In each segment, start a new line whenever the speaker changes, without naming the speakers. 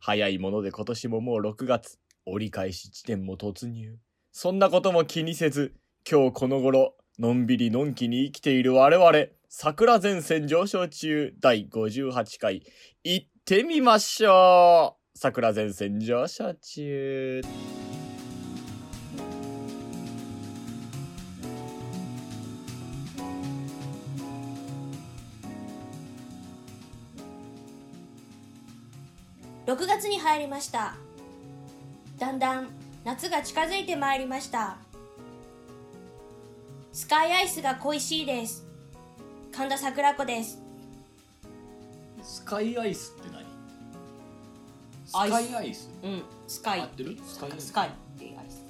早いもので今年ももう6月、折り返し地点も突入。そんなことも気にせず、今日この頃、のんびりのんきに生きている我々、桜前線上昇中第58回、行ってみましょう桜前線上昇中
6月に入りましただんだん夏が近づいてまいりましたスカイアイスが恋しいです神田桜子です
スカイアイスって何ス
アイス
カイアイス
うんスカ
合ってるスカイアイス
スカイっていうアイス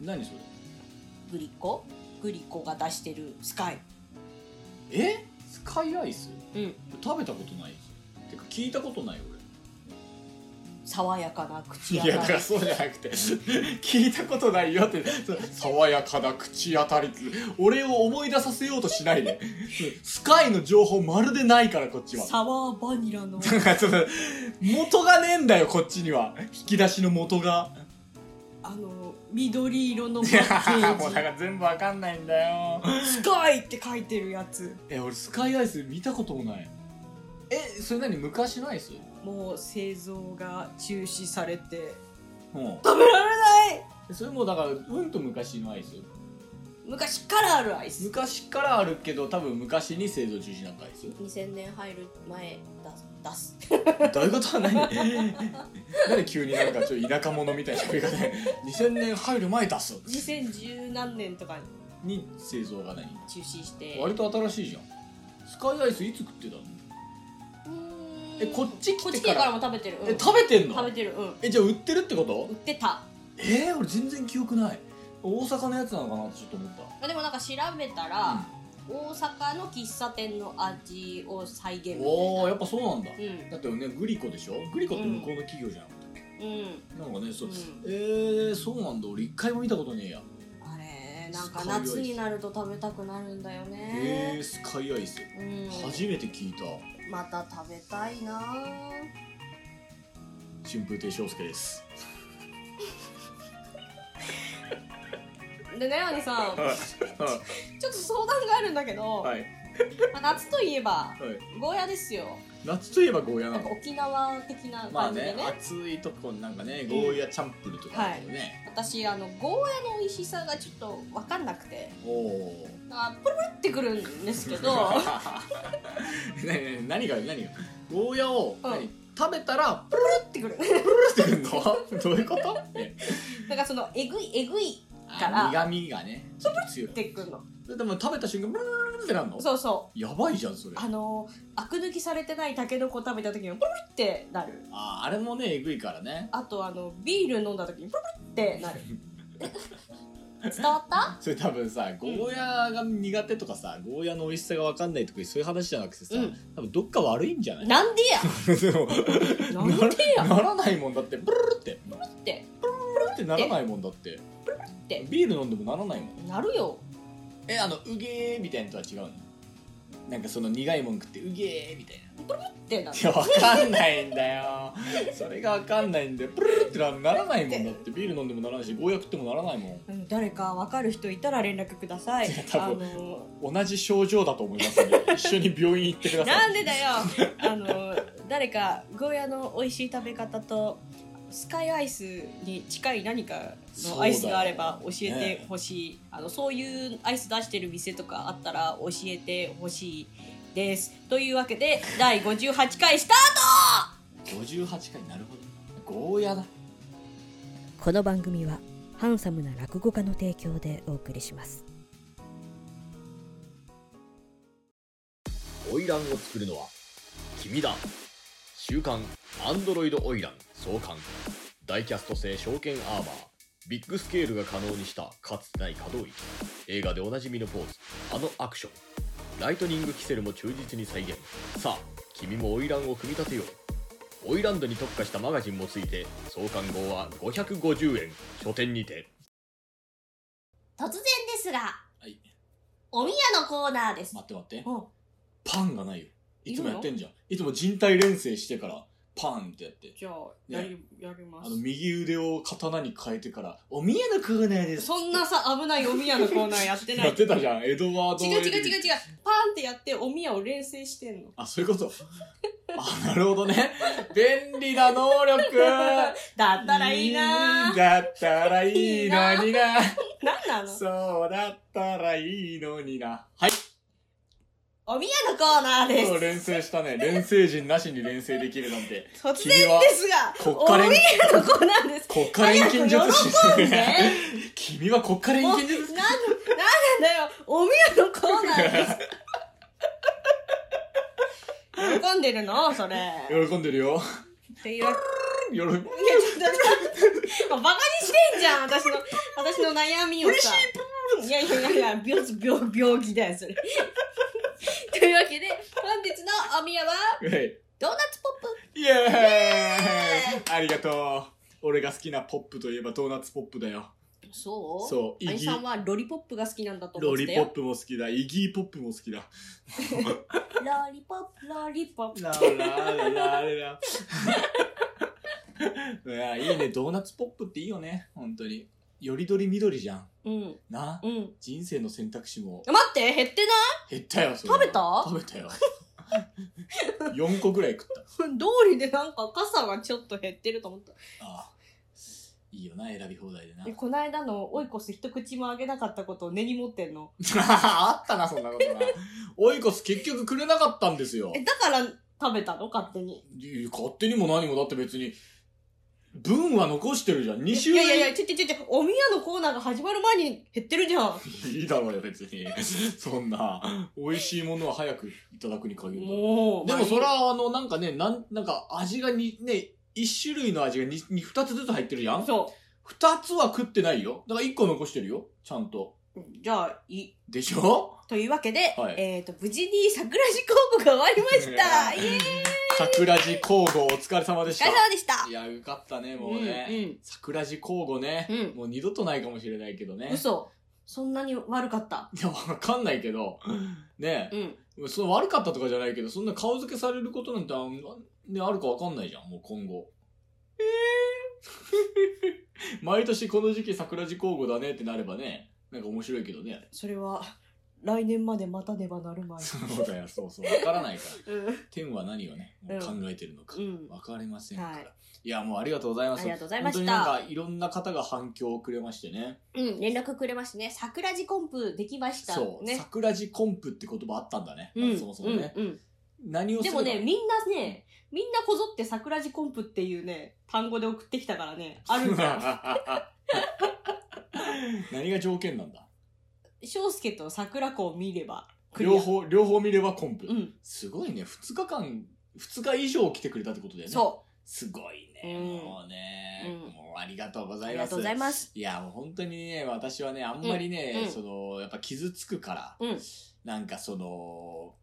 何それ
グリコグリコが出してるスカイ
えスカイアイス
うん
食べたことないてか聞いたことないよ
爽やかな
俺
口当
いやだ
た
か
り
らそうじゃなくて聞いたことないよってそう爽やかな口当たり俺を思い出させようとしないでスカイの情報まるでないからこっちは
サワーバニ ラ
な
の
んかその元がねえんだよこっちには引き出しの元が
あの緑色のパ
いや
ッケ
もうなん
ー
か全部わかんないんだよ
ジスカイって書いてるやつ
え俺スカイアイス見たこともないえそれ何昔のアイス
もう製造が中止されて
うん
食べられない
それもだからうんと昔のアイス
昔からあるアイス
昔からあるけど多分昔に製造中止になったアイス
2000年入る前出す
どういうことは何なんで急になんかちょっと田舎者みたいな喋り方で2000年入る前出す
出す2010何年とかに
に製造が何
中止して
割と新しいじゃんスカイアイスいつ食ってたの
うーん
えこっち
こ
来
っち
て
系
か
から
ら
も食べてる、うん
え食べてん
食
の
べてるうん
えじゃあ売ってるってこと
売ってた
えー、俺全然記憶ない大阪のやつなのかなってちょっと思った
まあでもなんか調べたら、大阪の喫茶店の味を再現みたいな
おおやっぱそうなんだ、
うん
だってねグリコでしょグリコって向こうの企業じゃん、
うん
なんかねそう、
うん
えー、そうなんだ俺一回も見たことねえや
あれなんか
すごい美味しい
夏になると食べたくなるんだよ
え
ね
ー、スカイアイス、
うん
初めて聞いた
また食べたいなぁ
春風亭昇介です
でねあのさ
は
ちょっと相談があるんだけど、
い、
まあ、夏といえば
はい、
ゴーヤですよ
夏といえばゴーヤ
な
なん
か
の
沖縄的な
まあ
感じで
ね
ね,、
暑いとこなんかねゴーヤチャンプルとかだけどね、
私あのゴーヤの美味しさがちょっと分かんなくて
おお
あプルプルってくるんですけど
何何が何がゴーヤを、
うん
何食べたらプ
ってくる
ルってくるのどういうことえ
なんかそのえぐいえぐいから
あ苦味がねちょっと強い
ってくるの
ででも食べた瞬間ブルルルルってなるの
そうそ
やばいじゃんそれ
うあのアク抜きされてないタケノコ食べた時にプルプルってなる
あーあれもねえぐいからね
あとあのビール飲んだ時にプルプルってなる 伝わった
それ多分さゴーヤが苦手とかさゴーヤの美味しさが分かんないとかそういう話じゃなくてさ、
うん
多分どっか悪いんじゃない
なんでや
でも
なんでや
ならないもんだってブルルってブル
って
ルってならないもんだって
て
ビール飲んでもならないもん
なるよ
えあのうげーみたいなのとは違うのなんかその苦いもん食ってうげーみたいな
ってな る
いやわかんないんだよそれがわかんないんだよプルルってなならないもんだってビール飲んでもならないしゴーヤ食ってもならないもん
うん誰か分かる人いたら連絡ください
いや多分
あの
同じ症状だと思いますので一緒に病院行ってください
なんでだよあの誰かゴーヤの美味しい食べ方とスカイアイスに近い何かのアイスがあれば教えてほしい、あのそういうアイス出してる店とかあったら教えてほしいですというわけで第58回スター
58回なるほどゴーヤだ
トこの番組はハンサムな落語家の提供でお送りします
花魁を作るのは君だ週刊アンドロイド花魁創刊大キャスト製証券アーバービッグスケールが可能にしたかつてない可動域映画でおなじみのポーズあのアクションライトニングキセルも忠実に再現さあ君も花魁を組み立てよう花魁度に特化したマガジンもついて創刊号は550円書店にて
突然ですが
はい
おみやのコーナーです
待って待って
お
パンがないよいつも
いるの
やってんじゃんいつも人体錬成してからパンってやって。
じゃあ、やり、やりま
あ
す
の、。右腕を刀に変えてから、お宮のコーナーです。
そんなさ、危ないおみやのコーナーやって ない。
やってたじゃん、エドワード。
違う違う違う違
う。
う。パーンってやって、おみやを連成してんの。
あ、そういうこと。 あ、なるほどね。便利な能力
だったらいいなぁ。
だったらいいのにな。
なんなの
そうだったらいいのにな。はい。
おみやのコーナーで
そう、連成したね。連成人なしに連成できるなんて。
す。突
君
然
は
ですが、
国
お
家
み
錬
やのコーナー です。
国家錬金術師。
早く喜ん で
君は国家錬
もう、なん
金
で、
術
なん
師
でだよ。おみやのコーナーです。喜んでるのそれ。
喜んでるよ。
っていうわけ
喜び。
いや、ちょっとちょっと、バカにしてんじゃん、私の、私の悩みをさ。いやいやいやいや、病、病、病気だよ、それ。というわけで、本日のおみやは、
はい
ドーナツポップ
イエーイありがとう。俺が好きなポップといえばドーナツポップだよ。
そう
そう、
ア
イ
ニ
ギ
さんはロリポップが好きなんだと思
ロ
って
リ
た
ポッ
よ。
プも好きだ。イギーポップも好きだ。
ロリポップ、ロリポップ。
ラーラーラーラーラーいやいいね。ドーナツポップっていいよね。本当に。よりどり緑じゃん。
うん、
な。
うん。
人生の選択肢も
待って、減ってな
減ったよ、それ
食べた
食べたよ。4個ぐらい食った。
い 道理でなんか傘がちょっと減ってると思った。
ああいいよな、選び放題でな
で、。この間の追い越す一口もあげなかったことを根に持ってんの。
あったな、そんなことな。オイコス結局くれなかったんですよ。
え、だから食べたの勝手に。
いや勝手にも何もだって別に、分は残してるじゃん。2週
いやいやいや、ちょちょちょちょ、おみやのコーナーが始まる前に減ってるじゃん。
いいだろうよ、別に。 そんな、美味しいものは早くいただくに限る。
もう。
でもそれ
ら、
はあの、なんかね、なん、なんか味がに、ね、一種類の味がに、に二つずつ入ってるじゃん
そ
二つは食ってないよ。だから一個残してるよ。ちゃんと。
う。じゃあ、い、
でし ょ
というわけで、
はい
えっ、と、無事に桜地公募が終わりま した。イエーイ
桜地交互お疲れ様でし
お疲
た
れ。様でした
い。や、よかったね、もうね。
うんうん
桜地交互ね、
うん
もう二度とないかもしれないけどね。
嘘。そんなに悪かった。
いや、わかんないけど、ね
うん。
え、その悪かったとかじゃないけど、そんな顔付けされることなんてあん、ね、あるかわかんないじゃん、もう今後。えー、 毎年この時期桜地交互だねってなればね、なんか面白いけどね。
それは、来年まで待たねばなるまい。
そうだよ、そうそう、わからないから。
うん。
天は何をね、もう考えてるのか
う、ん
わ、かりませんから。
はい
い、や、もうありがとうございます。
ありがとうございまし
本
た
当になんか、いろんな方が反響をくれましてね。
うん、連絡くれましたね。桜地コンプできました。
そう、
ね。
桜地コンプって言葉あったんだね。
うん、
そもそもね。
うん、うん。
何をす
で
る
もね、みんなね、みんなこぞって桜地コンプっていうね、単語で送ってきたからね、あるんだ よ。
何が条件なんだ
翔介と桜子を見れば、クリア
両。方、両方見ればコンプ。
うん。
すごいね、2日間、2日以上来てくれたってことだよね。
そ
すごいね、
うん
もうね、
うん
もうありがとうご
う。あ
ざい
り
ま
が
す。
とうございます。
いや、もう本当にね、私はね、あんまりね、
うん
その、やっぱ傷つくから、
うん
なんかその、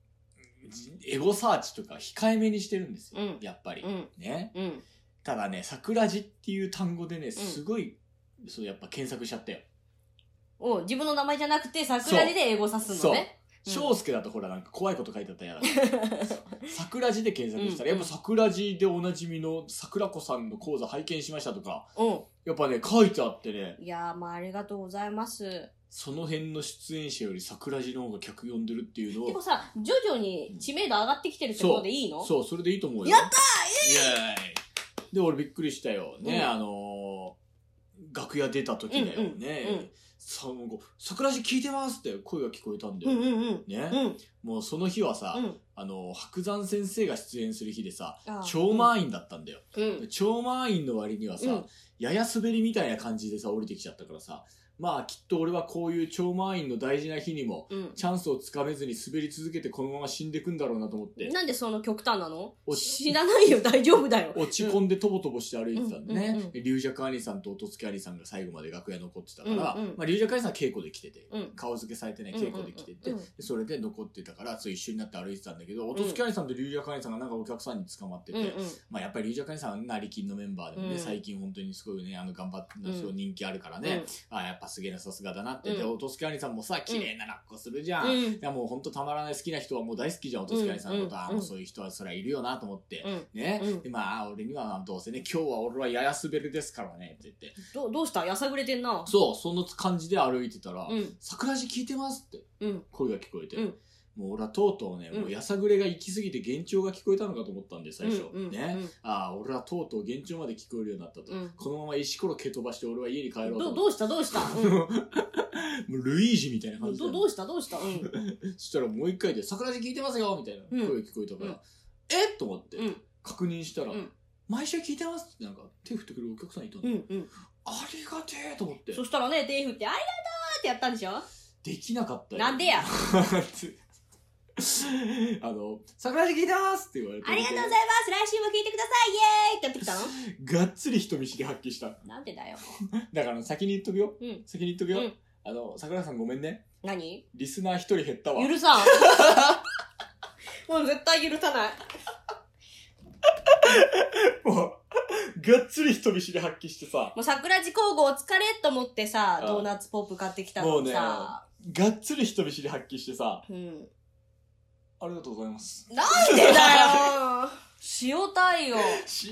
じエゴサーチとか控えめにしてるんですよ。
うん
やっぱり。
うん。
ね。
うん。
ただね、桜地っていう単語でね、すごい、そう、やっぱ検索しちゃったよ。
お自分の名前じゃなくて、桜地で英語さすのね。うん
翔介だとほらなんか怖いこと書いてあったら嫌だから そう桜地で検索したら、
うん
やっぱ桜地でおなじみの桜子さんの講座拝見しましたとか、
う
やっぱね、書いてあってね、
ん。いやー、まあありがとうございます。
その辺の出演者より桜地の方が客呼んでるっていうの
でも
を、
さ、徐々に知名度上がってきてるってことでいいの
そう、それでいいと思うよ。
やった
イエーイで、俺びっくりしたよ。ね、
うん
あのー楽屋出た時だよね。
うんうんうん
その後、桜地聞いてますって声が聞こえたんだ
う
よ。
んうんうん。
ね、
うん。
もうその日はさ、
うん。
あの、白山先生が出演する日でさ、
ああ
超満員だったんだよ。
うん。
超満員の割にはさ、
うん
やや滑りみたいな感じでさ、降りてきちゃったからさ、まあきっと俺はこういう超満員の大事な日にも、
うん。
チャンスをつかめずに滑り続けてこのまま死んでくんだろうなと思って、
なんでその極端なの
落ち
知らな いよ、大丈夫だよ。
落ち込んでとぼとぼして歩いてたんでね、
うんうんう
龍尺兄さんと音付兄さんが最後まで楽屋残ってたから、
うんうん
まあ龍尺兄さんは稽古で来てて、
うん
顔付けされてない稽古で来てて、
うんうんうん
でそれで残ってたから、そう一緒になって歩いてたんだけど、音付兄さんと龍尺兄さんがなんかお客さんに捕まってて、
うんうん。
まあ、やっぱり龍若兄さんは成金のメンバーでもね、
うん
最近本当にすごいねあの頑張って
うん
すごい人気あるから
うん
ね、あやっぱあ、すげえな、さすがだなって。で、
うん
おとすけ兄さんもさ、綺麗なラッコするじゃん。い
うん
や、もうほんとたまらない好きな人はもう大好きじゃん、おとすけ兄さんのことは。
うん
あもうそういう人はそりゃいるよなと思って。
うん
ね、
うん
でまあ、俺にはどうせね、今日は俺はややすべるですからね、って言って。
どどうしたやさぐれてんな
そう、その感じで歩いてたら、
うん
桜地聞いてますって
うん
声が聞こえて。
うん
もう俺はとうとうね、
うん
もうやさぐれが行き過ぎて幻聴が聞こえたのかと思ったんで、最初。
うんうん
ね。ああ、俺はとうとう幻聴まで聞こえるようになったと。
うん
このまま石ころ蹴飛ばして俺は家に帰ろ
う、
うんと思
ど
って
どうしたど うした、うん、
もうルイージみたいな感じで
どどうしたどうしたうん
そしたらもう一回で「桜地聞いてますよ」みたいな声が聞こえたから「
うん
えっ?」と思って
うん
確認したら「
うん
毎週聞いてます」ってなんか手振ってくれるお客さんいたの、
うんうん
ありがてえと思って
そしたらね、手振って、ありがとうってやったんでしょ
できなかったよ
なん でや
あの「桜地聞いてます」って言われて
ありがとうございます来週も聞いてくださいイエーイってやってきた の
がっつり人見知り発揮した
なんでだよ。
だから先に言っとくよ、
うん
先に言っとくよ、
うん
あの桜さんごめんね
何
リスナー一人減ったわ
許さん。もう絶対許さない。
もう がっつり人見知り発揮してさ
もう桜地工房お疲れと思ってさ、
あ
ドーナツポップ買ってきたのにさ。
がっつり人見知り発揮してさ
うん。
ありがとうございます。
なんでだよ塩対応。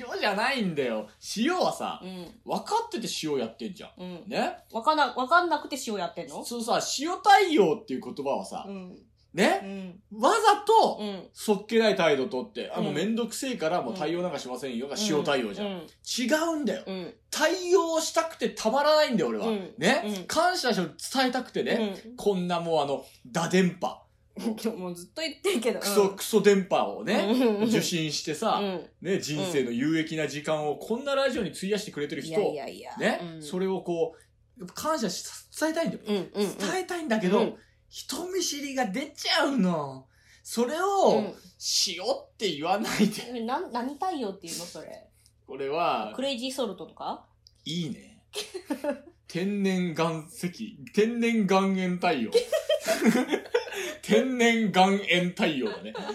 塩じゃないんだよ。塩はさ
う、ん。
分かってて塩やってんじゃん。
うん。
ね
わかんな、わかんなくて塩やってんの
そうさ、塩対応っていう言葉はさ
う、ん。う
ね
ん。
わざ
う
と、
ん。
そっけない態度とって、あ、もううんめんどくせえからもう対応なんかしませんよが塩対応じゃ。
うんん。
違うんだよ。
うん。
対応したくてたまらないんだよ、俺は
うん。う
ね
ん
感謝を伝えたくてね、こんなもうあの、打電 波、
うん。もうずっと言ってるけど。
クソ
く
クソ電波をね、受
受
信してさ
う、ん。
ね、人生の有益な時間をこんなラジオに費やしてくれてる
い
人、
やいやいや。
ね、
うん
それをこう、感謝し、伝えたいんだよ。
うんうんうん
伝えたいんだけど、
うん
人見知りが出ちゃうの。それを、しようって言わないで。
うん、なん何対応っていうのそれ
これは
ク、レイジーソルトとか
いいね。天然岩石、天然岩塩太 陽。天然岩塩太陽だね。だか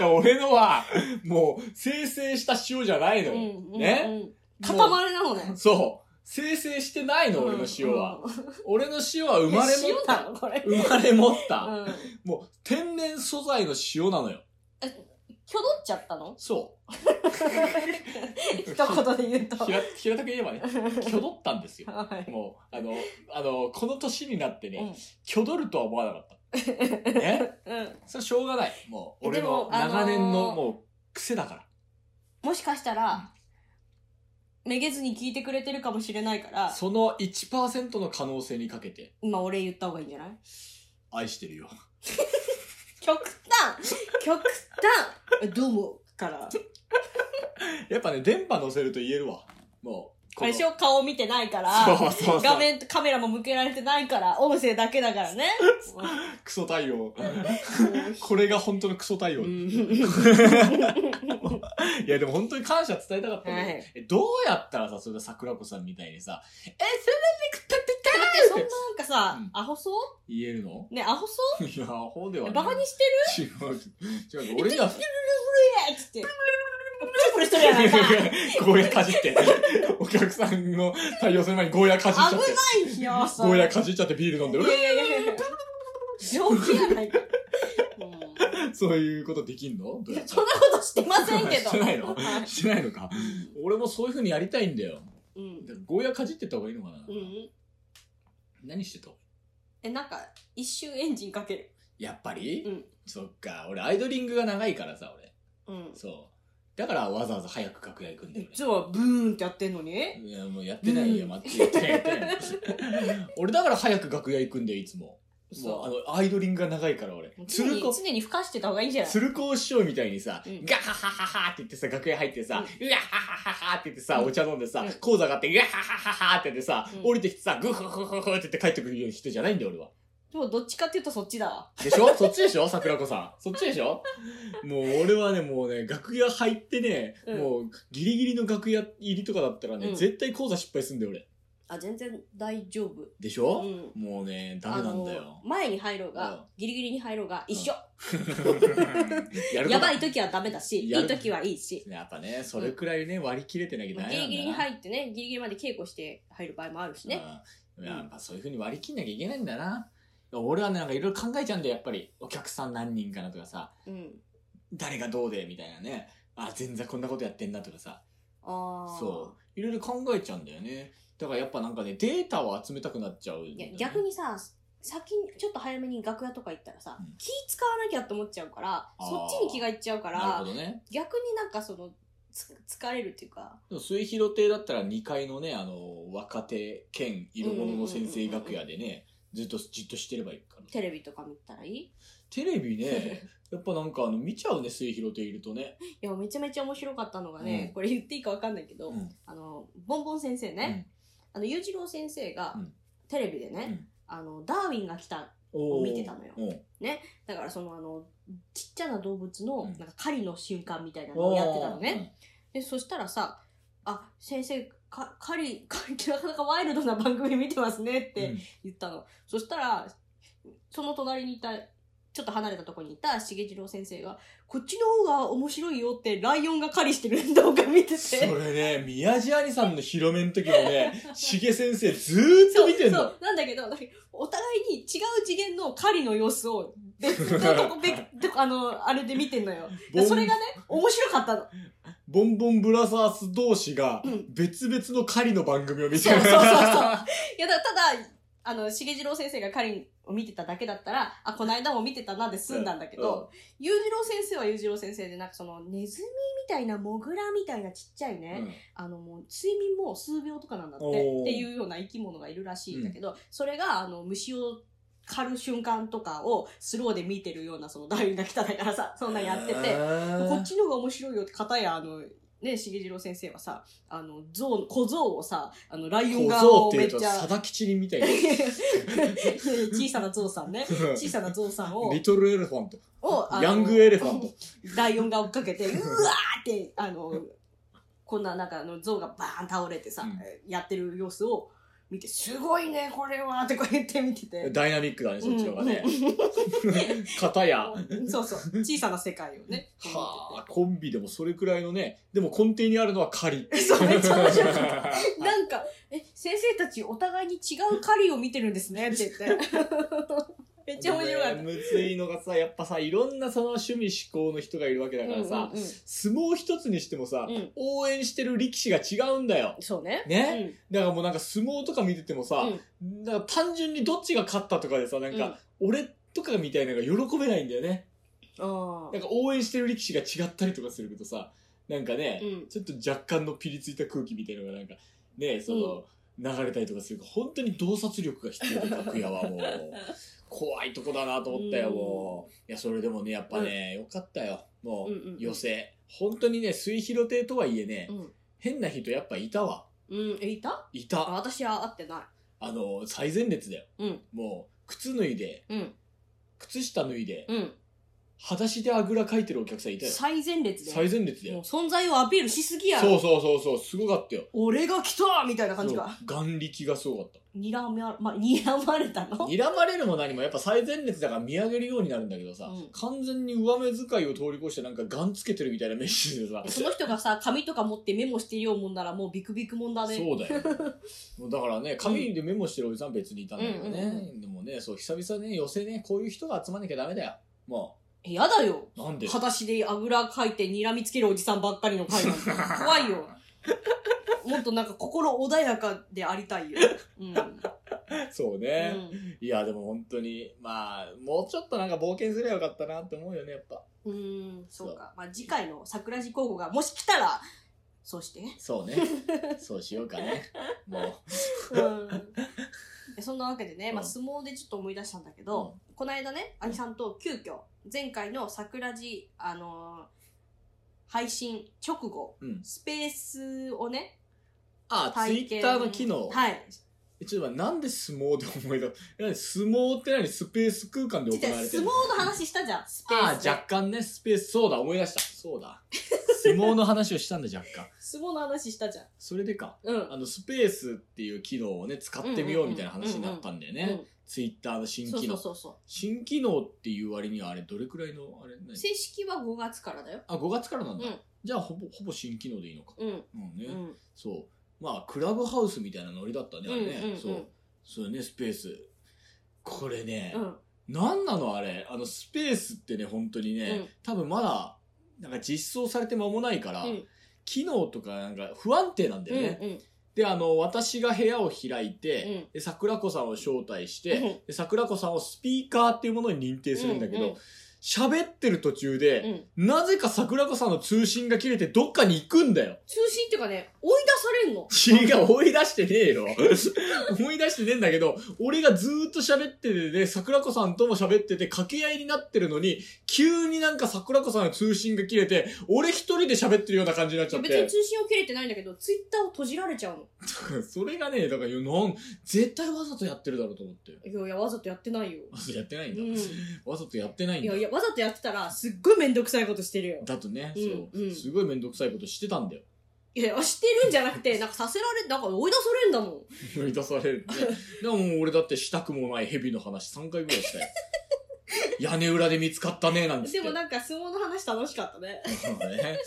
ら俺のは、もう、生成した塩じゃないの
う
よ。
んうん
ね
うん塊なのね
そう。生成してないの、俺の塩は。俺の塩は生まれ持
も
っ
塩な
た。
のこれ
生まれ持っ
う
た。
ん
もう、天然素材の塩なのよ。
きょどっちゃったの
そう。
一言で言うと
ひら、平たく言えば ね、きょどったんですよ。
はい
もう、あの、あの、この年になって
うん
ね、きょどるとは思わなか った。ね
うん
それしょうがない。もう、俺
で
の
もあのー
長年のもう、癖だから。
もしかしたらめげずに聞いてくれてるかもしれないから
その1%の可能性にかけて、
今俺言った方がいいんじゃない
愛してるよ。
極端極端どうもから
やっぱね、電波乗せると言えるわ。もう、こ
最
の
初顔見てないから
そうそうそう。
画面カメラも向けられてないから音声だけだからね
クソ対応。
うん
これが本当のクソ対応。
う
い
ん
や、でも本当に感謝伝えたかったね。
はい
えどうやったらさ、それで桜子さんみたいにさ、え、それでくた
だってそんななんかさ、
うん
アホそ
言えるの
うねアホそ
いや、ほうでは
う
ない。
バカにしてる
違う。違う。俺には、
えっつって。プルプルしてるやないか。
ゴーヤかじって。 お客さんの対応する前にゴーヤかじっちゃって。
危ないよ、そ
ゴー
れ。
ヤかじっちゃってビール飲んで、う
い
る
やいやいやいや。上気やないか。うん
そういうことできんのどうやって
そんなことしてませんけ
し
ど。
てないの
は い
してないのか。俺もそういう風にやりたいんだよ。
うん
だ。からゴーヤかじってった方がいいのかな
うん。
何してた
え、なんか、一周エンジンかける。
やっぱり、
うん
そっか。俺、アイドリングが長いからさ、俺。
うん。
そう。だから、わざわざ早く楽屋行くんだよ、
いつもブーンってやってんのに
俺。いや、もうやってないよ、
うん
待って、やってない、やってない。俺、だから早く楽屋行くんだよ、いつも。もう、あ
そ
の、アイドリングが長いから、俺
う。。常
鶴
に、
子、
常に吹かしてた方がいいんじゃない
鶴子師匠みたいにさ、
うん
ガハハハハって言ってさ、楽屋入ってさ、うわハハハハって言ってさ、
うん
お茶飲んでさ
うん、
講座があって、うわハハハハって言ってさ
うん、
降りてきてさ、グフフフフって言って帰ってくる人じゃないんだよ、俺は。
でもどっちかっていうとそっちだわ。
でしょそっちでしょ桜子さん。そっちでしょもう俺はね、もうね、楽屋入ってね、
うん
もうギリギリの楽屋入りとかだったらね、
うん
絶対講座失敗すんだよ、俺。
あ全然大丈夫
でしょ、
うん
もうね、ダ
あ
メなんだ
の
よ。
前に入ろう
うん
がギリギリに入ろうが一緒
やること
やばい時はダメだしい
やる
い時はいいし
やっぱね、それくらいね、割り切れてなきゃダメなんだ
ギ
よ
リギリに入ってねギリギリまで稽古して入る場合もあるしね
うんやっぱそういうふうに割り切んなきゃいけないんだな。俺はね、なんかいろいろ考えちゃうんだよ、やっぱり。お客さん何人かなとかさ、
うん
誰がどうで、みたいなね。あ、全然こんなことやってんなとかさ。
ああ
そう。いろいろ考えちゃうんだよね。だからやっぱなんかね、データを集めたくなっちゃう、
いや逆。にさ先にちょっと早めに楽屋とか行ったらさ、
うん
気使わなきゃって思っちゃうから
あー
そっちに気がいっちゃうか
なる
ら
ほどね。
逆になんかそのつ疲れるっていうか
でも末広亭だったら2階のね、あの、若手兼色物の先生楽屋でね、ずっとじっとしてればいいから。
テレビとか見たらいいい
テレビ ね、やっぱなんかあの、見ちゃうね、末広亭いるとね。
やめちゃめちゃ面白かったのがね、
うん
これ言っていいかわかんないけど、
うん
あのボンボン先生ね、あの裕次郎先生が
うん
テレビでね、
うん
あのダーウィンが来た
を
見てたのよ
うん、
だからそのあのちっちゃな動物
う
の
ん
なんか狩りの瞬間みたいなのをやってたのね、
うん。
でそしたらさ「あ先生か狩り狩りなかなかワイルドな番組見てますね」っ
う
て
ん
言ったの、そしたらその隣にいたちょっと離れたとこにいた茂次郎先生が「こっちの方が面白いよ」ってライオンが狩りしてる動画見て
そ
て。
れね、宮地兄さんの広めの時も ね、しげ先生ずーっと見てん
そ
の
う。なんだけどなんかお互いに違う次元の狩りの様子を 別のとこべあのあれで見てんのよ
ボン
それがね面白かったの
ボンボンブラザース同士が
うん
別々の狩りの番組を見て
そう
る。
そうそうそう。いや、だただ、あの、茂次郎先生が彼を見てただけだったら、あ、この間も見てたなで済んだんだけど、裕次郎先生は裕次郎先生で、なんかその、ネズミみたいな、モグラみたいなちっちゃいね、あの、もう、睡眠も数秒とかなんだって、っ
おー
ていうような生き物がいるらしいんだけど、それが、あの、虫を、狩る瞬間とかをスローで見てるようなそのダーウィンが来ただからさ、そんなんやってて、こっちの方が面白いよって片やあのね茂次郎先生はさあの象小象をさあのライオン側
小僧
を
って
め
言うと、
っちゃ
佐田吉林みたいな。
小さな象さんね小さな象さんを
リトルエレファント。
をあの
ヤングエレファント。
ライオンが追っかけてうわーってあの こんななんかあの象がバーン倒れてさ、
うん
やってる様子を見てすごいねこれはってこう言って見てて。
ダイナミックだね、そっちの方がね。片や。
そうそう小さな世界をねこう 見てて
はあ、コンビでもそれくらいのね、でも根底にあるのは狩り。
そうめっちゃ 面白かっなんか、え、先生たちお互いに違う狩りを見てるんですねって言って。 めっちゃ面白かっ
ねむずいのがさ、やっぱさ、いろんなその趣味思考の人がいるわけだ
た。
からさ、
うんうんうん
相撲一つにしてもさ、
うん
応援してる力士が違うんだよ。
そうね。
ね、だからもうなんか相撲とか見ててもさ、だから単純にどっちが勝ったとかでさ、なん
うん
か、俺とかみたいなのが喜べないんだよね。
うん。
なんか応援してる力士が違ったりとかするけどさ、なんかね、
うん
ちょっと若干のピリついた空気みたいなのがなんか、ね、その、流れたりとかするから、本当に洞察力が必要 で、楽屋はもう。怖いとこだなと思ったよ、
うん
もう。いや、それでもね、やっぱね、よかったよ。もう、
うんうんうん
寄せ。本当にね、水広亭とはいえね、
うん。
変な人やっぱいたわ。
うん。え、いた
い
あ
た。
私は会ってない。
あの、最前列だよ。
うん
もう、靴脱いで、
うん。
靴下脱いで、
うん。
裸足であぐらかいてるお客さんいたよ。
最前列で。
最前列だ
もう
よ。
存在をアピールしすぎや
そ
ろ。
うそうそうそう、すごかったよ。
俺が来たみたいな感じが。
そう眼力がすごかっ
にらま、ま、にらまれた
た。
の
睨まれるも何もやっぱ最前列だから見上げるようになるんだけどさ、
うん
完全に上目遣いを通り越してなんか眼つけてるみたいなメッシュでさ、
その人がさ、紙とか持ってメモしてるようもんならもうビクビクもんだね。
そうだよ。もうだからね、紙でメモしてるおじさん別にいたんだけどね。
うんうん
でもね、そう、久々ね、寄せね、こういう人が集まんなきゃダメだよ。も
えやだよ。
う、なんで
裸足であぐらかいて睨みつけるおじさんばっかりの会なんて怖いよもっとなんか心穏やかでありたいよ、うん
そうね、いや、でも本当に、まあ、もうちょっとなんか冒険すればよかったなって思うよね、やっぱ。
うん、うんそうか、まあ、次回の桜地候補がもし来たらそうして、
そう ね。そうしようかね。も
うん、 そんなわけでね、まあ、
うん
相撲でちょっと思い出したんだけど、この間ね兄さんと急遽前回の桜地、あのー配信直後
う。うん。
スペースをね
あ、ツイ
体験
ッターの機能。
はい
えちょっと待ってなんで相撲で思い出す なんで相撲って何スペース空間で行
相
われて
撲
る
の話したじゃん。スペ
あ
ース
あ
で。
若干ねスペースそうだ思い出したそうだ相撲の話をしたんだ若干
相撲の話したじゃん。
それでか
うん。
あのスペースっていう機能をね使ってみようみたいな話になったんだよね、ツイッターの
う
新
ん
機
そ
能
うそうそうそ
新機能っていう割にはあれどれくらいのあれ
う。
何
正式は5月からだよ。
あ5月からなんだ、
うん
じゃあほぼほぼ新機能でいいのか、
うん。
うんね
うん。
そうまあクラブハウスみたいなノリだったねあれね、
うんうんうん
そうそうねスペースこれね、
うん。
なんなのあれあのスペースってね本当にね、
うん
多分まだなんか実装されて間もないから、
うん
機能とかなんか不安定なんだ
う
よ
ん。
ね、であの私が部屋を開いて、
うん
で桜子さんを招待し
うん
て、で桜子さんをスピーカーっていうものに認定するんだけ
うんうん
ど喋、ってる途中で、
うん。
なぜか桜子さんの通信が切れてどっかに行くんだよ。
中心っていうかね、追い出されんの。
違う、追い出してねえよ。思い出してねえんだけど、俺がずーっと喋っててね、桜子さんとも喋ってて掛け合いになってるのに、急になんか桜子さんの通信が切れて、俺一人で喋ってるような感じになっちゃっ
別に
て。
通信を切れてないんだけど、ツイッターを閉じられちゃうの。
それがね、だから、いやなん、絶対わざとやってるだろうと思って。
いやいや、わざとやってないよ。
わざとやってないん
う
だ。
ん。
わざとやってないん
い
だ。
やいや、わざとやってたら、すっごいめんどくさいことしてるよ。
だとね、
うん
そう、
うん
すごいめんどくさいことしてたんだ よ。
いや、してるんじゃな くて、なんかさせられ、なんか追い出されんだもん。
思い出されるね。でももう俺だってしたくもない蛇の話3回ぐらい したよ。屋根裏で見つかったね、なんつって。
でもなんか相撲の話楽しかったね。
そうね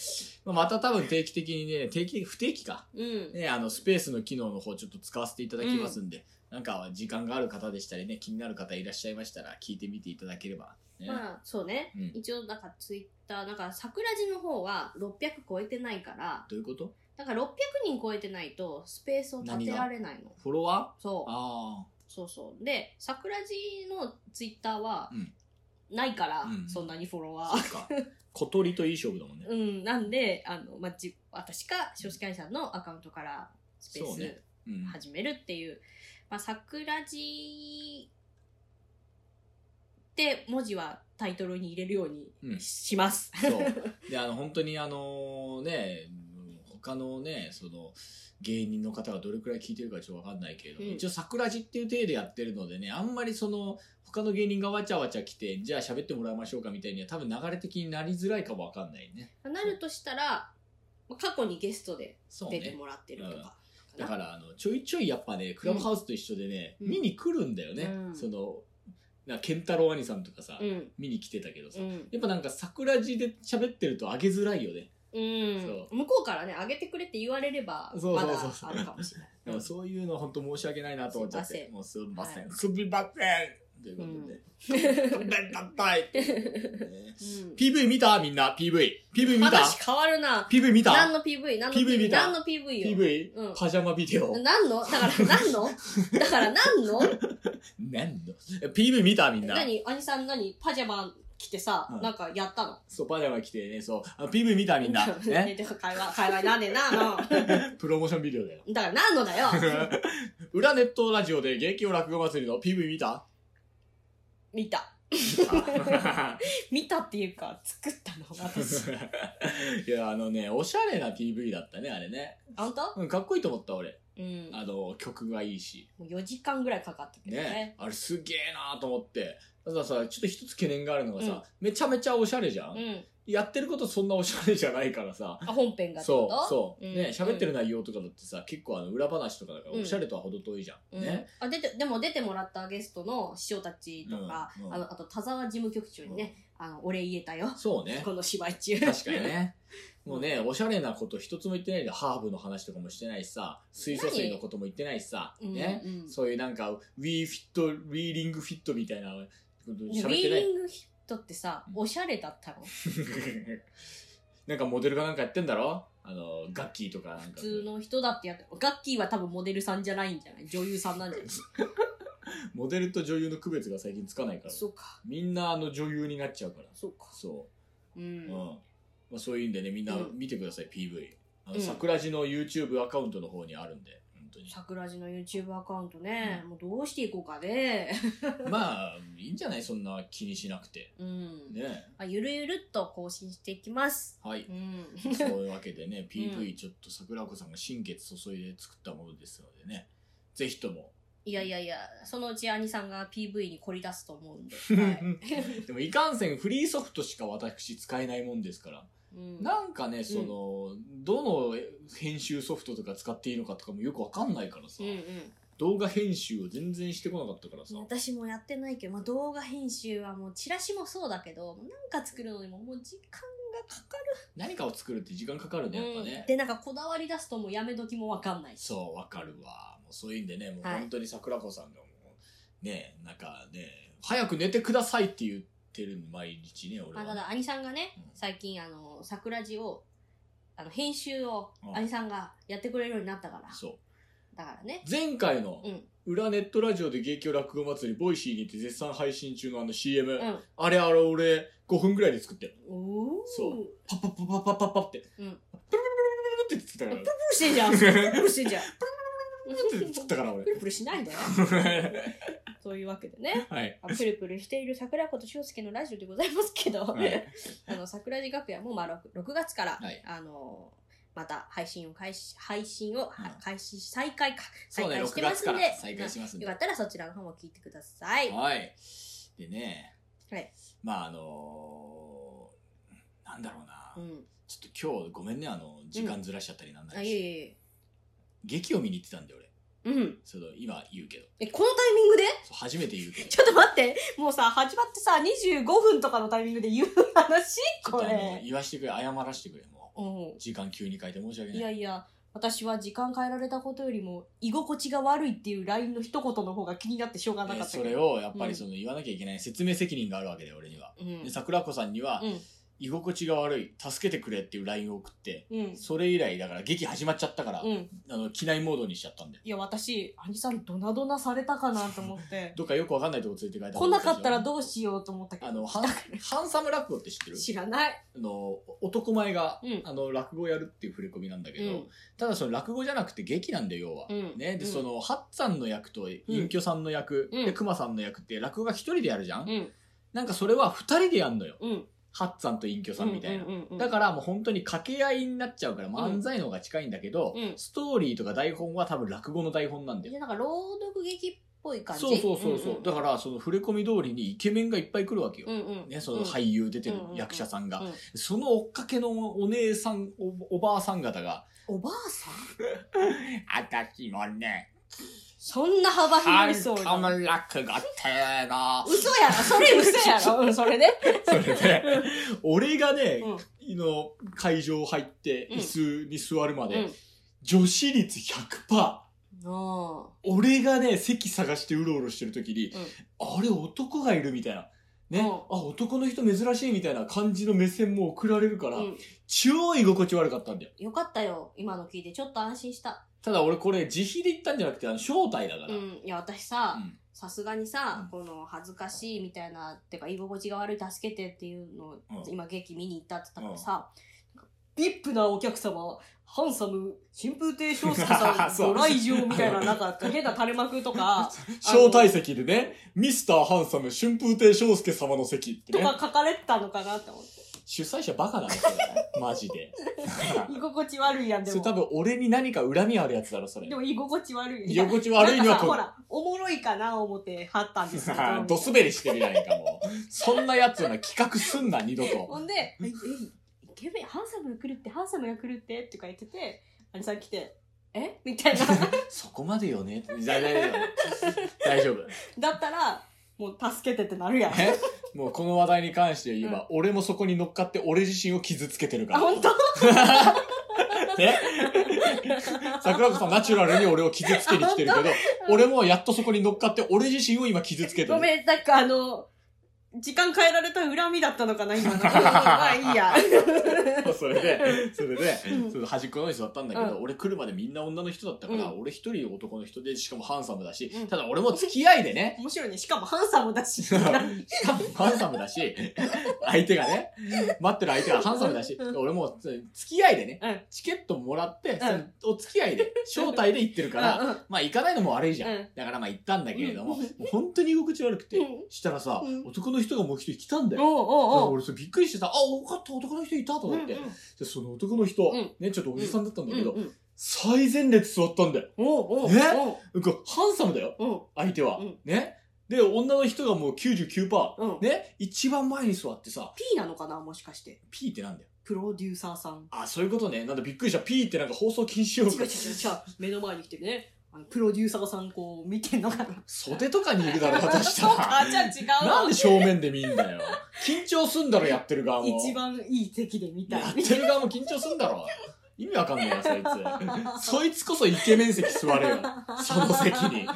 まあまた多分定期的にね、定期的、不定期か。
うん。
ね、あの、スペースの機能の方ちょっと使わせていただきますんで、なんか時間がある方でしたりね、気になる方いらっしゃいましたら聞いてみていただければ、ね。
まあ、そうね。
うん
一応、なんかツイッター、なんか桜地の方は600超えてないから、
どういうこと
だから600人超えてないとスペースを立てられないの。
フォロワー
そう。
あ
そうそう。で、桜地のツイッターは
うん、
ないから、
うん
そんなにフォロ
あ、
ワ
そ
ー。
っ か。小鳥といい勝負だもんね。
うん、なんで、あの、まあ、じ私か、少子会さんのアカウントからスペー
そうね
ス
うん。
始めるっていう、まあ、桜地って文字はタイトルに入れるよう
うん
にします。
そう。 で、あの、本当にあのね、他のね、その、芸人の方がどれくらい聞いてるかちょっとわかんないけれども、
うん
一応桜地っていう体でやってるのでね、あんまりその、他の芸人がわちゃわちゃ来て、じゃあ喋ってもらいましょうかみたいには多分流れ的になりづらいかもわかんないね。
なるとしたら、まあ過去にゲストで
そう
出て
ね。
もらってるとか。
だから、あの、ちょいちょいやっぱね、クラブハウスと一緒でね、
うん
見に来るんだよね。
うん
その、なケンタロウ兄さんとかさ、
うん。
見に来てたけどさ、
うん。
やっぱなんか桜地で喋ってると上げづらいよね。
うん
そ
向こうからね、あげてくれって言われれば、
そう
ま
そう
だ
そうそう
あるかも しれない。
でもそういうの本当申し訳ないなと思っちゃっ
す
て
いませ。ん
もうすんませ
は
ん。すみませんということで。 ごめんなさいね
うん
PV 見たみんな ?PV。PV 見た
話変わるな。
?PV 見
何
た
の PV? 何の
PV 見た
何の PV よ。うん
?PV? パジャマビデオ。
何の だから何のだから何の
何のえ ?PV 見たみんな
何兄さん何パジャマ着てさ、
うん
なんかやったの
そう、パジャマ着てね、そう。あ PV 見たみん な
ね
ね
で会話、会話なんでなのだか
プロモーションビデオだよ。
ら何のだよ
裏ネットラジオで劇を落語祭りの PV 見た
見た。 見たっていうか、作ったの 私。
いや、あのね、おしゃれな PV だったね、あれね。
あんた
うん、かっこいいと思った、俺。
うん。
あの、曲がいいし。
もう4時間ぐらいかかったけどね。
ねあれすげえなと思って。たださ、ちょっと一つ懸念があるのがさ、めちゃめちゃおしゃれじゃん、
うん。
やってることそんなおしゃれじゃないからさ。
あ、本編がって
そ
こと
う、そう。
ん
ね喋ってる内容とかだってさ、結構あの、裏話とかだから、
うん
おしゃれとは程遠いじゃん。
うん
ね。
あ出てでも出てもらったゲストの師匠たちとか、
うんうん
あのあと田沢事務局長にね、あのお礼言えたよ、
そうね
こ。の芝居 中
確かにね。もうね、おしゃれなこと一つも言ってないで、ハーブの話とかもしてないしさ、水素水のことも言ってないしさ、
うん
ね。
うん
そういうなんか、ウィーフィット、ウィーリングフィットみたいなこと
ウィー
喋ってない
リ。ングヒットってさおしゃれだったの
なんかモデルがなんかやってんだろあの、ガッキーとかなんか。
普通の人だってやってガッキーは多分モデルさんじゃないんじゃない女優さんなんじゃない
モデルと女優の区別が最近つかないから。
そうか
みんなあの女優になっちゃうから。
そうか
そうう。うんん。まあそういうんでね、みんな
うん
見てください、PV。あの、
うん
桜地の YouTube アカウントの方にあるんで、本当に。
桜地の YouTube アカウントね、もうどうしていこうかね
まあ、いいんじゃないそんな気にしなくて。
うん、
ね。
あゆるゆるっと更新していきます
はい。
うん
そういうわけでね、
う
PV ちょっと桜子さんが心血注いで作ったものですのでね、ぜひとも
いやいやいや、そのうち兄さんが PV に凝り出すと 思うんで。はい
い。 でも、いかんせんフリーソフトしか私使えないもんですから。
うん、
なんかね、その、どの編集ソフトとか使っていいのかとかもよくわかんないからさ、
うんうん
動画編集を全然してこなかったからさ。
私もやってないけど、まあ、動画編集はもうチラシもそうだけどなんか作るのにももう時間がかか
何かを作るって時間かかるね、やっぱ
る、
ね。
でなんかこだわり出すともうやめ時もわかんないし
そう、わかるわ。もうそういうんでね、もう
はい
本当に桜子さんがもう、ね、なんかね、早く寝てくださいって言ってるの、毎日ね、俺は。
あただ兄さんがね、
うん
最近あの桜地をあの編集を
うん
兄さんがやってくれるようになったから、
そう。
だからね
前回の
うん
裏ネットラジオで芸協落語祭り、ボイシーにて絶賛配信中のあの CM、
うん
あれあれ俺5分ぐらいで作ってる。
おお
そうパッパッパッパッパッパッパッって。プ
うん
ルプルプルプルプルって作ったから。
プルしてん じゃんプルプルしてんじゃん
プルプルって作ったから
プルプルし ないで
俺。
というわけでね
はい。
あプルプルしている桜子と俊介のラジオでございますけど、
はい。
あの桜地楽屋もまあ 6, 6月から、
はい
あのまた配信を開始配信を、は
うん
開始再開か
そうね、
再開
6
して
月
ます
か
んで
ら再開しますんで
よか。ったらそちらの方も聞いてください。
はい。でね、
はい
まああのーなんだろうな、
うん。
ちょっと今日ごめんね、あの、時間ずらしちゃったりなんな
あ、
り
い
して、
えいえいえ。
劇を見に行ってたんで俺。
うん。
その今言うけど。
え、このタイミングで
そう初めて言うけど。
ちょっと待って。もうさ、始まってさ、25分とかのタイミングで言う話
ちょっ
こと
あの
れ。
言わしてくれ、謝らしてくれ、も
うん
う。。時間急に変えて申し訳ない。
いやいや、私は時間変えられたことよりも、居心地が悪いっていう LINE の一言の方が気になってしょうがな
え
か
ー
った
そ
けど。
れをやっぱりその言わなきゃいけない説明責任があるわけで俺には、
うん。
で桜子さんには、
うん
居心地が悪い助けてくれっていう LINE を送って
うん。
それ以来だから劇始まっちゃったから、
うん。
あの機内モードにしちゃったんだよ
いや、私、兄さんドナドナされたかなと思 って。
どっかよくわかんないとこついて帰った
来なかったらどうしようと思ったけ
あ
ど。
のハンハンサム落語って知ってる
知らない。
あの男前が、
うん
あの落語やるっていう触れ込みなんだけ
う
ど、
ん。
ただその落語じゃなくて劇なんだよ要は、
うん
ねで、
うん
そのハッさんの役と隠居さんの役、
うん
でクマさんの役って落語が一人でやるじゃん、
うん。
なんかそれは二人でやんのよ
うん。
ハッツさんと隠居さんみたいな。
うんうんうん
だからもう本当に掛け合いになっちゃうから漫才の方が近いんだけど、
うん
ストーリーとか台本は多分落語の台本なんだ
じ
よ。
ゃなんか朗読劇っぽい感じ
そうそうそうそう、だ
か
からその触れ込み通りにイケメンがいっぱい来るわけよ。
うんうん、
ね、その俳優出てる
うんうん
役者さんが、
うん
その追っかけのお姉さんおおばあさん方が
おばあさん
「あたしもね
そんな幅
ハ
広
ン
いそう
サ
な
ム落語っていうの」
嘘やろそれ嘘やろ、うん、それね、
それで俺がね、
うん
の会場入って
うん
椅子に座るまで、
うん
女子率100%。
あ
俺がね、席探してうろうろしてる時に、あれ男がいるみたいな。ね、
うん
あ、男の人珍しいみたいな感じの目線も送られるから、
あ、うん、
超居心地悪かったんだよ。
よかったよ今の聞いてちょっと安心した
ただ俺これ自費で行ったんじゃなくて、あの、招待だから。
う
うん
んいや私ささすがにさ、
うん
この恥ずかしいみたいなってか居心地が悪い助けてっていうのを、
うん
今劇見に行ったって言ったからさ、ビップなお客様ハンサム新風亭昇介 さん
そう
ご来場みたいななんか変な垂れ幕と か
招待席でね、ミスターハンサム春風亭昇介様の席って
と
ね
か。書かれてたのかなって思って。
主催者バカなんだよ、マジ で。
居心地悪いやん、で
それ
も。
多分俺に何か恨みあるやつだろ、それ
で。も居心地悪い。
居心地悪いの
なん
は
かさ
こ
ほら、おもろいかな思って貼ったんですけ
ド
ど。
滑りしてるやんか、もう。そんなやつな企画すんな、二度と
ほ。んで、え、え、イケメン、ハンサムが来るって、ハンサムが来るって、とか言ってて、兄さん来て、えみた いな。
そこまでよね。大丈夫。大丈夫。
だったら、もう助けてってなるや ん。
えもうこの話題に関して言えば、俺もそこに乗っかって俺自身を傷つけてるか
あ、
ら。
ほんと
ね桜子さんナチュラルに俺を傷つけに来てるけど、俺もやっとそこに乗っかって俺自身を今傷つけて
ご
る。
めん、なんかあの、時間変えられた恨みだったのかな、今 の。うんまあいいや。
それで、それで、
うん
その端っこの方に座ったんだけど、
う
俺来るまでみんな女の人だったから、
う
俺一人男の人で、しかもハンサムだし、
うん
ただ俺も付き合いでね、
面白いね。しかもハンサムだ し。
しかもハンサムだし、相手がね、待ってる相手がハンサムだし、
うん
俺もう付き合いでね、
うん
チケットもらって、
ん
お付き合いで、招待で行ってるから、
うんうん
まあ行かないのも悪いじゃん。
うん
だからまあ行ったんだけれども、もう本当に居心地悪くて、
うん
したらさ、
うん
男の人がもう一人来たんだよ。
お
だ
う
から
おうおう。
俺それびっくりしてさ、あ、分かった、男の人いたと思って。
うんうん
でその男の人、
うん
ね、ちょっとおじさんだったんだけど、
うんうん
最前列座ったんだよ。
おうおう
え
お
な
う
んかハンサムだよ、
おう
相手は。
うん
ね。で、女の人がもう99%、
うん
ね。一番前に座ってさ、
P なのかなもしかして
P ってなんだよ。
プロデューサーさん
あ、そういうことね。なんだびっくりした。P ってなんか放送禁止用
違う
語
違う違う違う目の前に来てねあのプロデューサーさんこう見てんのかな
袖とかにいるだろ、私た
そうかじゃあ違うわ
なんで正面で見んだよ。緊張すんだろ、やってる側も。
一番いい席で見たい
やってる側も緊張すんだろ。意味わかんないよ、そい つ。そいつこそイケメン席座れよ。その席に。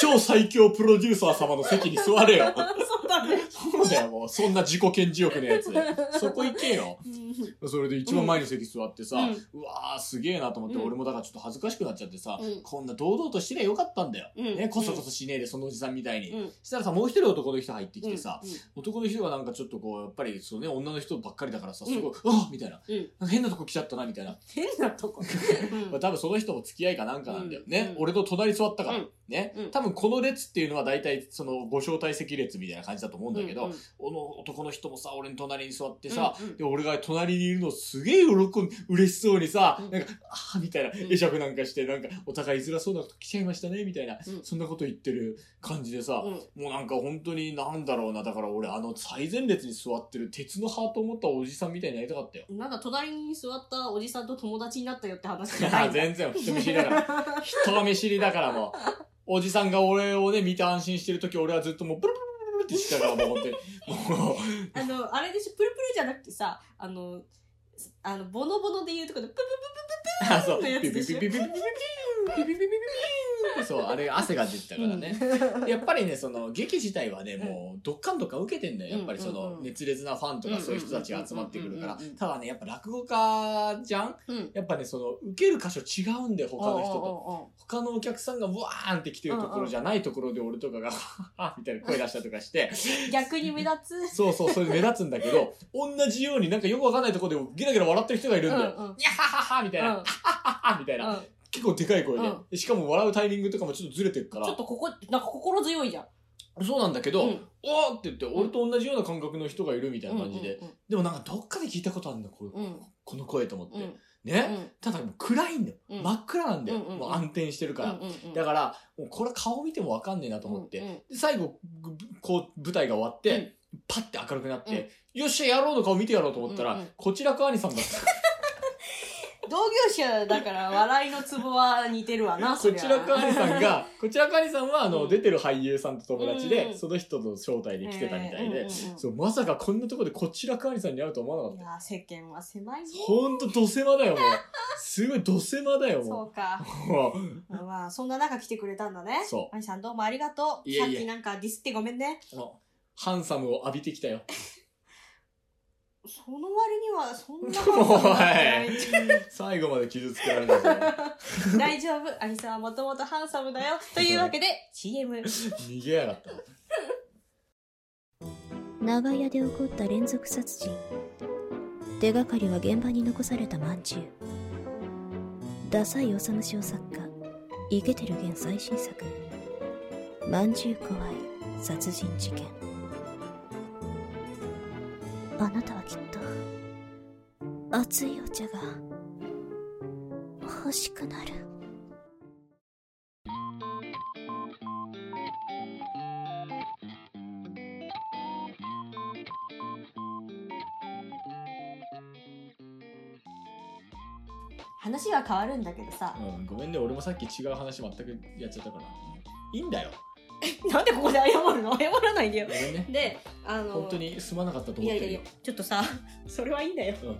超最強プロデューサー様の席に座れ よ。
そうだね
そうだよ、もう。そんな自己顕示欲のやつ。そこ行けよ。
うん
それで一番前の席座ってさ、
うん
うわーすげえなと思って、
うん
俺もだからちょっと恥ずかしくなっちゃってさ、
うん
こんな堂々としてりゃよかったんだよ。
うん
ね、こそこそしねえで、そのおじさんみたいに。
うん
したらさ、もう一人男の人入ってき
うん
てさ、男の人がなんかちょっとこう、やっぱりそうね、女の人ばっかりだからさ、
うん
すごい、うわっみたいな。
うん
なんか変なとこ来ちゃったな、みたいな。
変なとこ、
まあ、多分その人も付き合いかなんかなんだよね。
うん
俺と隣座ったから。
うん
ね、
うん
多分この列っていうのは大体そのご招待席列みたいな感じだと思うんだけど、
うん
この男の人もさ、俺の隣に座ってさ、
うんうん
で、俺が隣にいるのすげえ喜ん、嬉しそうにさ、
うん
なんか、ああ、みたいな、
ん
会釈なんかして、なんか、お互いずらそうなこと来ちゃいましたね、みたいな、
うん
そんなこと言ってる感じでさ、
うん
もうなんか本当になんだろうな、だから俺あの最前列に座ってる鉄のハートを持ったおじさんみたいになりたかったよ。
なんか隣に座ったおじさんと友達になったよって話じ ゃないんだ
全然人見知りだ から、人見知りだからもう、おじさんが俺をね、見て安心してる時俺はずっともう、ブルブルブルブルってしてたから、もう本当に、もう、
あの、あれでしょ、プルプルじゃなくてさ、あの、あの、ボノボノで言うとこで、プ
あ、そう。
の
ビ
や
ビビ
つで
ビ
し
ビ
ょ
ビビビビビビビビビビビそう、あれ汗が出てたからね。やっぱりね、その劇自体はね、もう、どっかんどっかん受けてんだよ。やっぱりそ
うんうん
の
う、ん
熱烈なファンとかそういう人たちが集まってくるから
うんうんうんうんうん。
ただね、やっぱ落語家じゃん
プうん。
やっぱね、その、受ける箇所違うんだよ、他の人と。
と。
他のお客さんがわーんって来てるところじゃないところで俺とかが、はぁみたいな声出したりとかして、
逆に目立つ。
そうそう、それで目立つんだけど、同じようになんかよくわかんないところでギラギラ笑ってる人がいるんだよ。
うんう
い
ん
やはははみたいな、
うん
はははみたいな。
うん
結構でかい声で、
うん
でしかも笑うタイミングとかもちょっとずれてるから
ちょっとここ、なんか心強いじゃん。
そうなんだけど、
うん
おーって言って俺と同じような感覚の人がいるみたいな感じで、
うん
でもなんかどっかで聞いたことあるんだこ,、
うん
この声と思って、
うん。
ね、
うん
ただもう暗いんだよ、
うん
真っ暗なんだよ、
うんうんうん
もう暗転してるから、
うんうんうん
だからもうこれ顔見てもわかんねえなと思って、
うんうん
で最後ぐこう舞台が終わって、パッて明るくなって、よっしゃ野郎の顔見てやろうと思ったら、
うんうん
こちらく兄さんだった
同業者だから笑いのツボは似てるわな、そ
こ
りゃ
ちらかありさん が、こちらかありさんは、あの、
うん
出てる俳優さんと友達で、
うん
その人の招待で来てたみたい
えーうん
で、
うんうん
そう、まさかこんなとこでこちらかありさんに会うと思わないかった。
や、世間は狭いね。
ほんと、ど狭 だよ、もう。すごい、ど狭だよ、
そ
も
うか。
う。も
まあ、そんな中来てくれたんだね。
そう
アニさんどうもありがとう。
いえいえ
さっきなんかディスってごめんね。
うもうハンサムを浴びてきたよ。
その割には、そんなこと ない。
最後まで傷つけられたぞ。
大丈夫。アニさんはもともとハンサ ムだよ。というわけで、CM。
逃げやがった。
長屋で起こった連続殺人手がかりは現場に残されたまんじゅうダサいおさむ小作家イケてる現最新作「まんじゅう怖い殺人事件」あなたはきっと熱いお茶が欲しくなる
話は変わるんだけどさ。
うん、ごめんね、俺もさっき違う話全くやっちゃったから。いいんだよ。
なんでここで謝るの謝 らないで
ご
よ。
めんね。
で、あの、
本当にすまなかったと
い
思っ
や
て
いや
る
いや、ちょっとさ、それはいいんだよ。
うん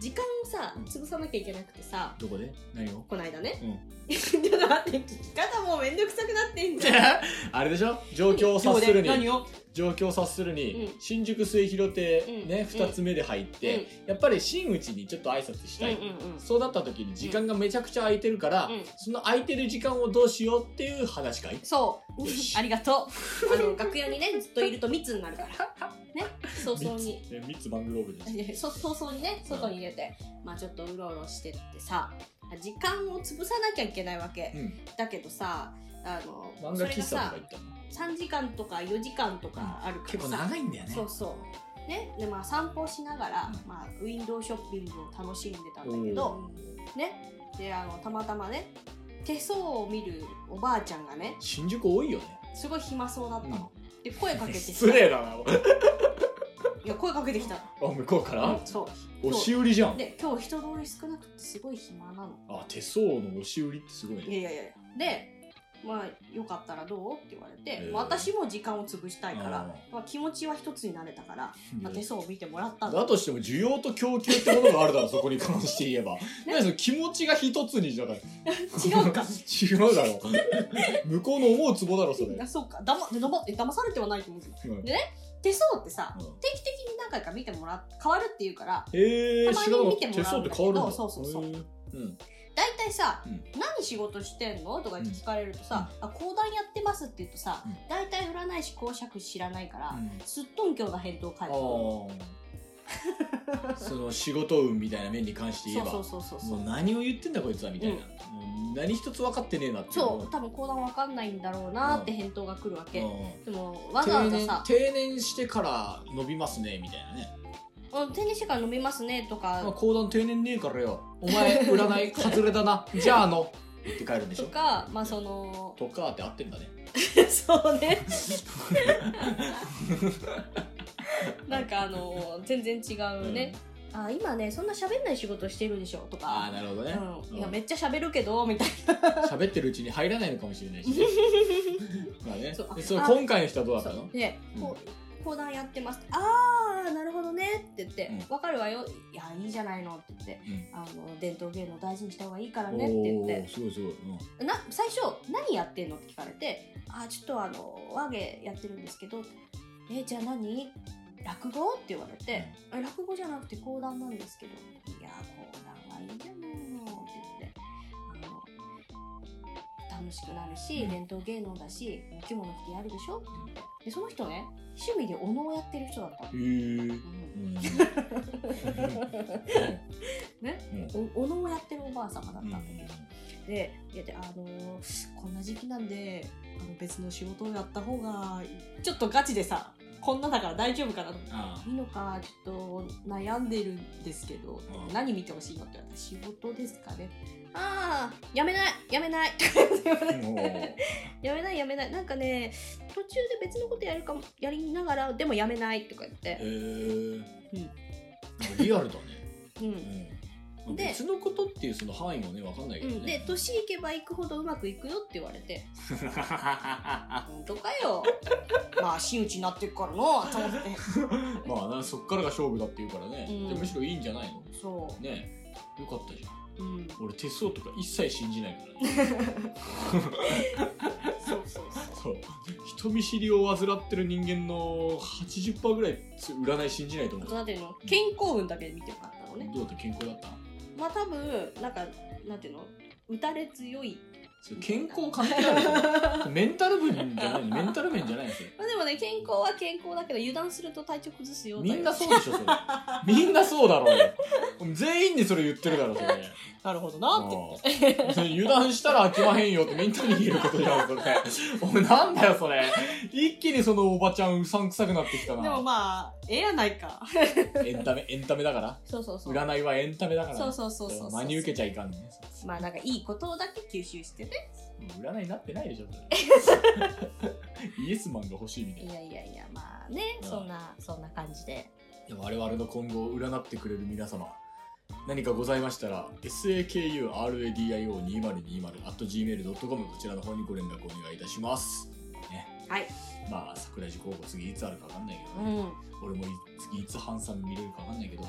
時間をさ、潰さなきゃいけなくてさ、
どこで何を
こないだね。
うん
ちょっと待って、聞き方もうめんどくさくなってん じゃん。
あれでしょ状況を察するに
何を
状況を察するに、
う
新宿末広亭、ね
うん
2つ目で入って、やっぱり真打ちにちょっと挨拶したい、
うんうんうん
そうだった時に時間がめちゃくちゃ空いてるから、
うん
その空いてる時間をどうしようっていう話かい
そう
よし。
ありがとう。あ の、楽屋にね、ずっといると密になるから。ね。早々に。
え三つマングローブです
いやいや そ早々にね、外に出て、まあちょっとうろうろしてってさ、時間を潰さなきゃいけないわけ
う。ん
だけどさ、あの、
漫
そ
画
れ
喫
が
茶
さ
とか行ったの
3時間とか4時間とかあるか
結
ら
構
さ、
長いんだよね
そうそう。ね、でまあ散歩しながら、
うん
まあ、ウィンドウショッピングを楽しんでたんだけど、ね、であのたまたまね手相を見るおばあちゃんがね
新宿多いよね
すごい暇そうだったの、で声かけてきた
失礼だなおあ
いや声かけてきた
向こうから
のそう
押し売りじゃん
で今日人通り少なくてすごい暇なの
あ手相の押し売りってすごい
い
ね
やいやいやでまあよかったらどうって言われて、
えー
まあ私も時間を潰したいから
あ
まあ、気持ちは一つになれたから、まあ、手相を見てもらったの
だとしても需要と供給ってものがあるだろそこに関して言え ば何その気持ちが一つにじゃない
違う か
違うだろ向こうの思うツボだろそれ、
いやそうかだまだま騙されてはないと思うけど
うん
で手相ってさ、
うん
定期的に何回か見てもら変わるっていうから
へえ
たまに見てもらうんだけど
手相って変わるんだ
そうそうそう
へーうん
大体さ、
うん
何仕事してんの?」とか言って聞かれるとさ「あ講談やってます」って言うとさ、
うん
大体占い師講釈師知らないから、
うん
すっとんきょうな返答返ってく
ああその仕事運みたいな面に関して言え
る
ば
そうそうそうそうそ
もう
う
何を言ってんだこいつはみたいな、もう何一つ分かってねえなってい
そう多分講談わかんないんだろうなって返答が来るわけ、
うん
でもわざわ
定
ざ
年
さ
定年してから伸びますねみたいなね
「うん定年してから飲みますね」と
まあ
か
講談定年ねえからよ お前占い外れだ なじゃああの言って帰るんでしょ
とかまあその
とかって合ってんだね
そうね なんかあの全然違うね、あ今ねそんな喋んない仕事してるでしょと
ああな
か、
るほどね
うん、いや
うん
めっちゃ喋るけどみたい
喋ってるうちに入らないのかもしれないしね まあね
そう
でそれ
あ
今回の人はどうだ
な
った
そ
の
うで、
うん
こう講談やってますああなるほどねって言って
うん
「わ、かるわよいやいいじゃないの」って言って、
うん
あの「伝統芸能大事にした方がいいから
お
ね」って言っ
ー
て
すごいすごい、うん
な最初「何やってんの?」って聞かれて「あーちょっとあの和芸やってるんですけど」えじゃあ何落語?」って言われて「え落語じゃなくて講談なんですけど」「いや講談はいいじゃないの」って言ってあの楽しくなるし、伝統芸能だしお着物着てやるでしょって言ってでその人ね趣味でお能をやってる人だったの。
へー
う
う
ん
ん
おお能をやってるおばあ様だっ
うん
たんだけど、でいやであのーこんな時期なんであの別の仕事をやった方がいいちょっとガチでさこんなだから大丈夫かなと思って
あ
いいのかちょっと悩んでるんですけど
うん
何見てほしいのって言われて仕事ですかねああやめないやめないって言われ
ーもう
てやめないやめないなんかね途中で別のことやるかもやりながらでもやめないとか言っ
へ
て、
ーリアルだね
うん
うん
で
別のことっていうその範囲もね分かんないうけど
ん、で
ね
年いけばいくほどうまくいくよって言われて本当かよ まあ真打ちになってるからなと思って
まあなそっからが勝負だっていうからね、
うん
でむしろいいんじゃないの
そ
ねよかったじゃん
う、うん、
俺手相とか一切信じないから ね
そうそう
そう人見知りを患ってる人間の80%ぐらい占い信じないと思う
そうなんていうの健康運だけで見てもらったのね
どうだった健康だった
まあ多分なんかなんていうの打たれ強い
それ健康関係ある のメンタル面じゃないのメンタル面じゃないのそれ
まあでもね健康は健康だけど油断すると体調崩すよ
みんなそうでしょそれみんなそうだろう よ全員にそれ言ってるだろそれ
なるほどなって
うん それ油断したら飽きまへんよってみんなに言えることじゃんそれ おいなんだよそれ一気にそのおばちゃんうさんくさくなってきたな
でもまあええやないか
エンタメエンタメだから
そうそうそう
占いはエンタメだから
そうそうそうそう
真に受けちゃいかんね
まあなんかいいことだけ吸収してね
もう占いになってないでしょそ れイエスマンが欲しいみたい
い
な
やいやいやまあね
うん
そんなそんな感じで
でも我々の今後を占ってくれる皆様何かございましたら sakuradio2020.gmail.com こちらの方にご連絡お願いいたしますね
はい
まあ桜井寺候補次いつあるか分かんないけ
う
どね、
ん
俺もい次いつハンサム見れるか分かんないけど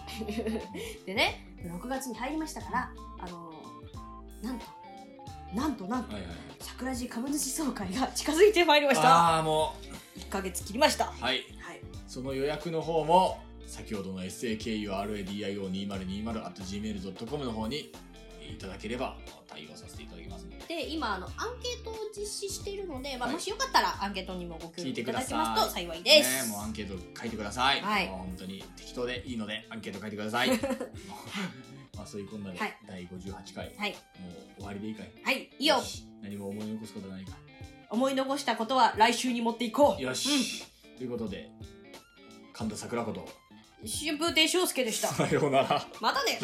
でね6月に入りましたからあのなんとなんとなんと
はいはい
桜地株主総会が近づいてまいりました
ああも
1ヶ月切りましたは
うはい
い
その予約の方も先ほどの sakuradio2020.gmail.com の方にいただければ対応させていただきますので
で今あのアンケートを実施しているので、まあ
はい
もしよかったらアンケートにもご協
聞い
力
てく
いた
だ
だ
さい
けますと幸いです、
ねもうアンケート書いてください、
はい
もう本当に適当でいいのでアンケート書いてくだ さいまあそういうこんなで、
はい
第58回
はい
もう終わりでいいかい
はいいいよ
し何も思い起こすことないか
思い残したことは来週に持っていこう
よし、ということで神田桜子と
春風亭昇介でした
さようなら
またね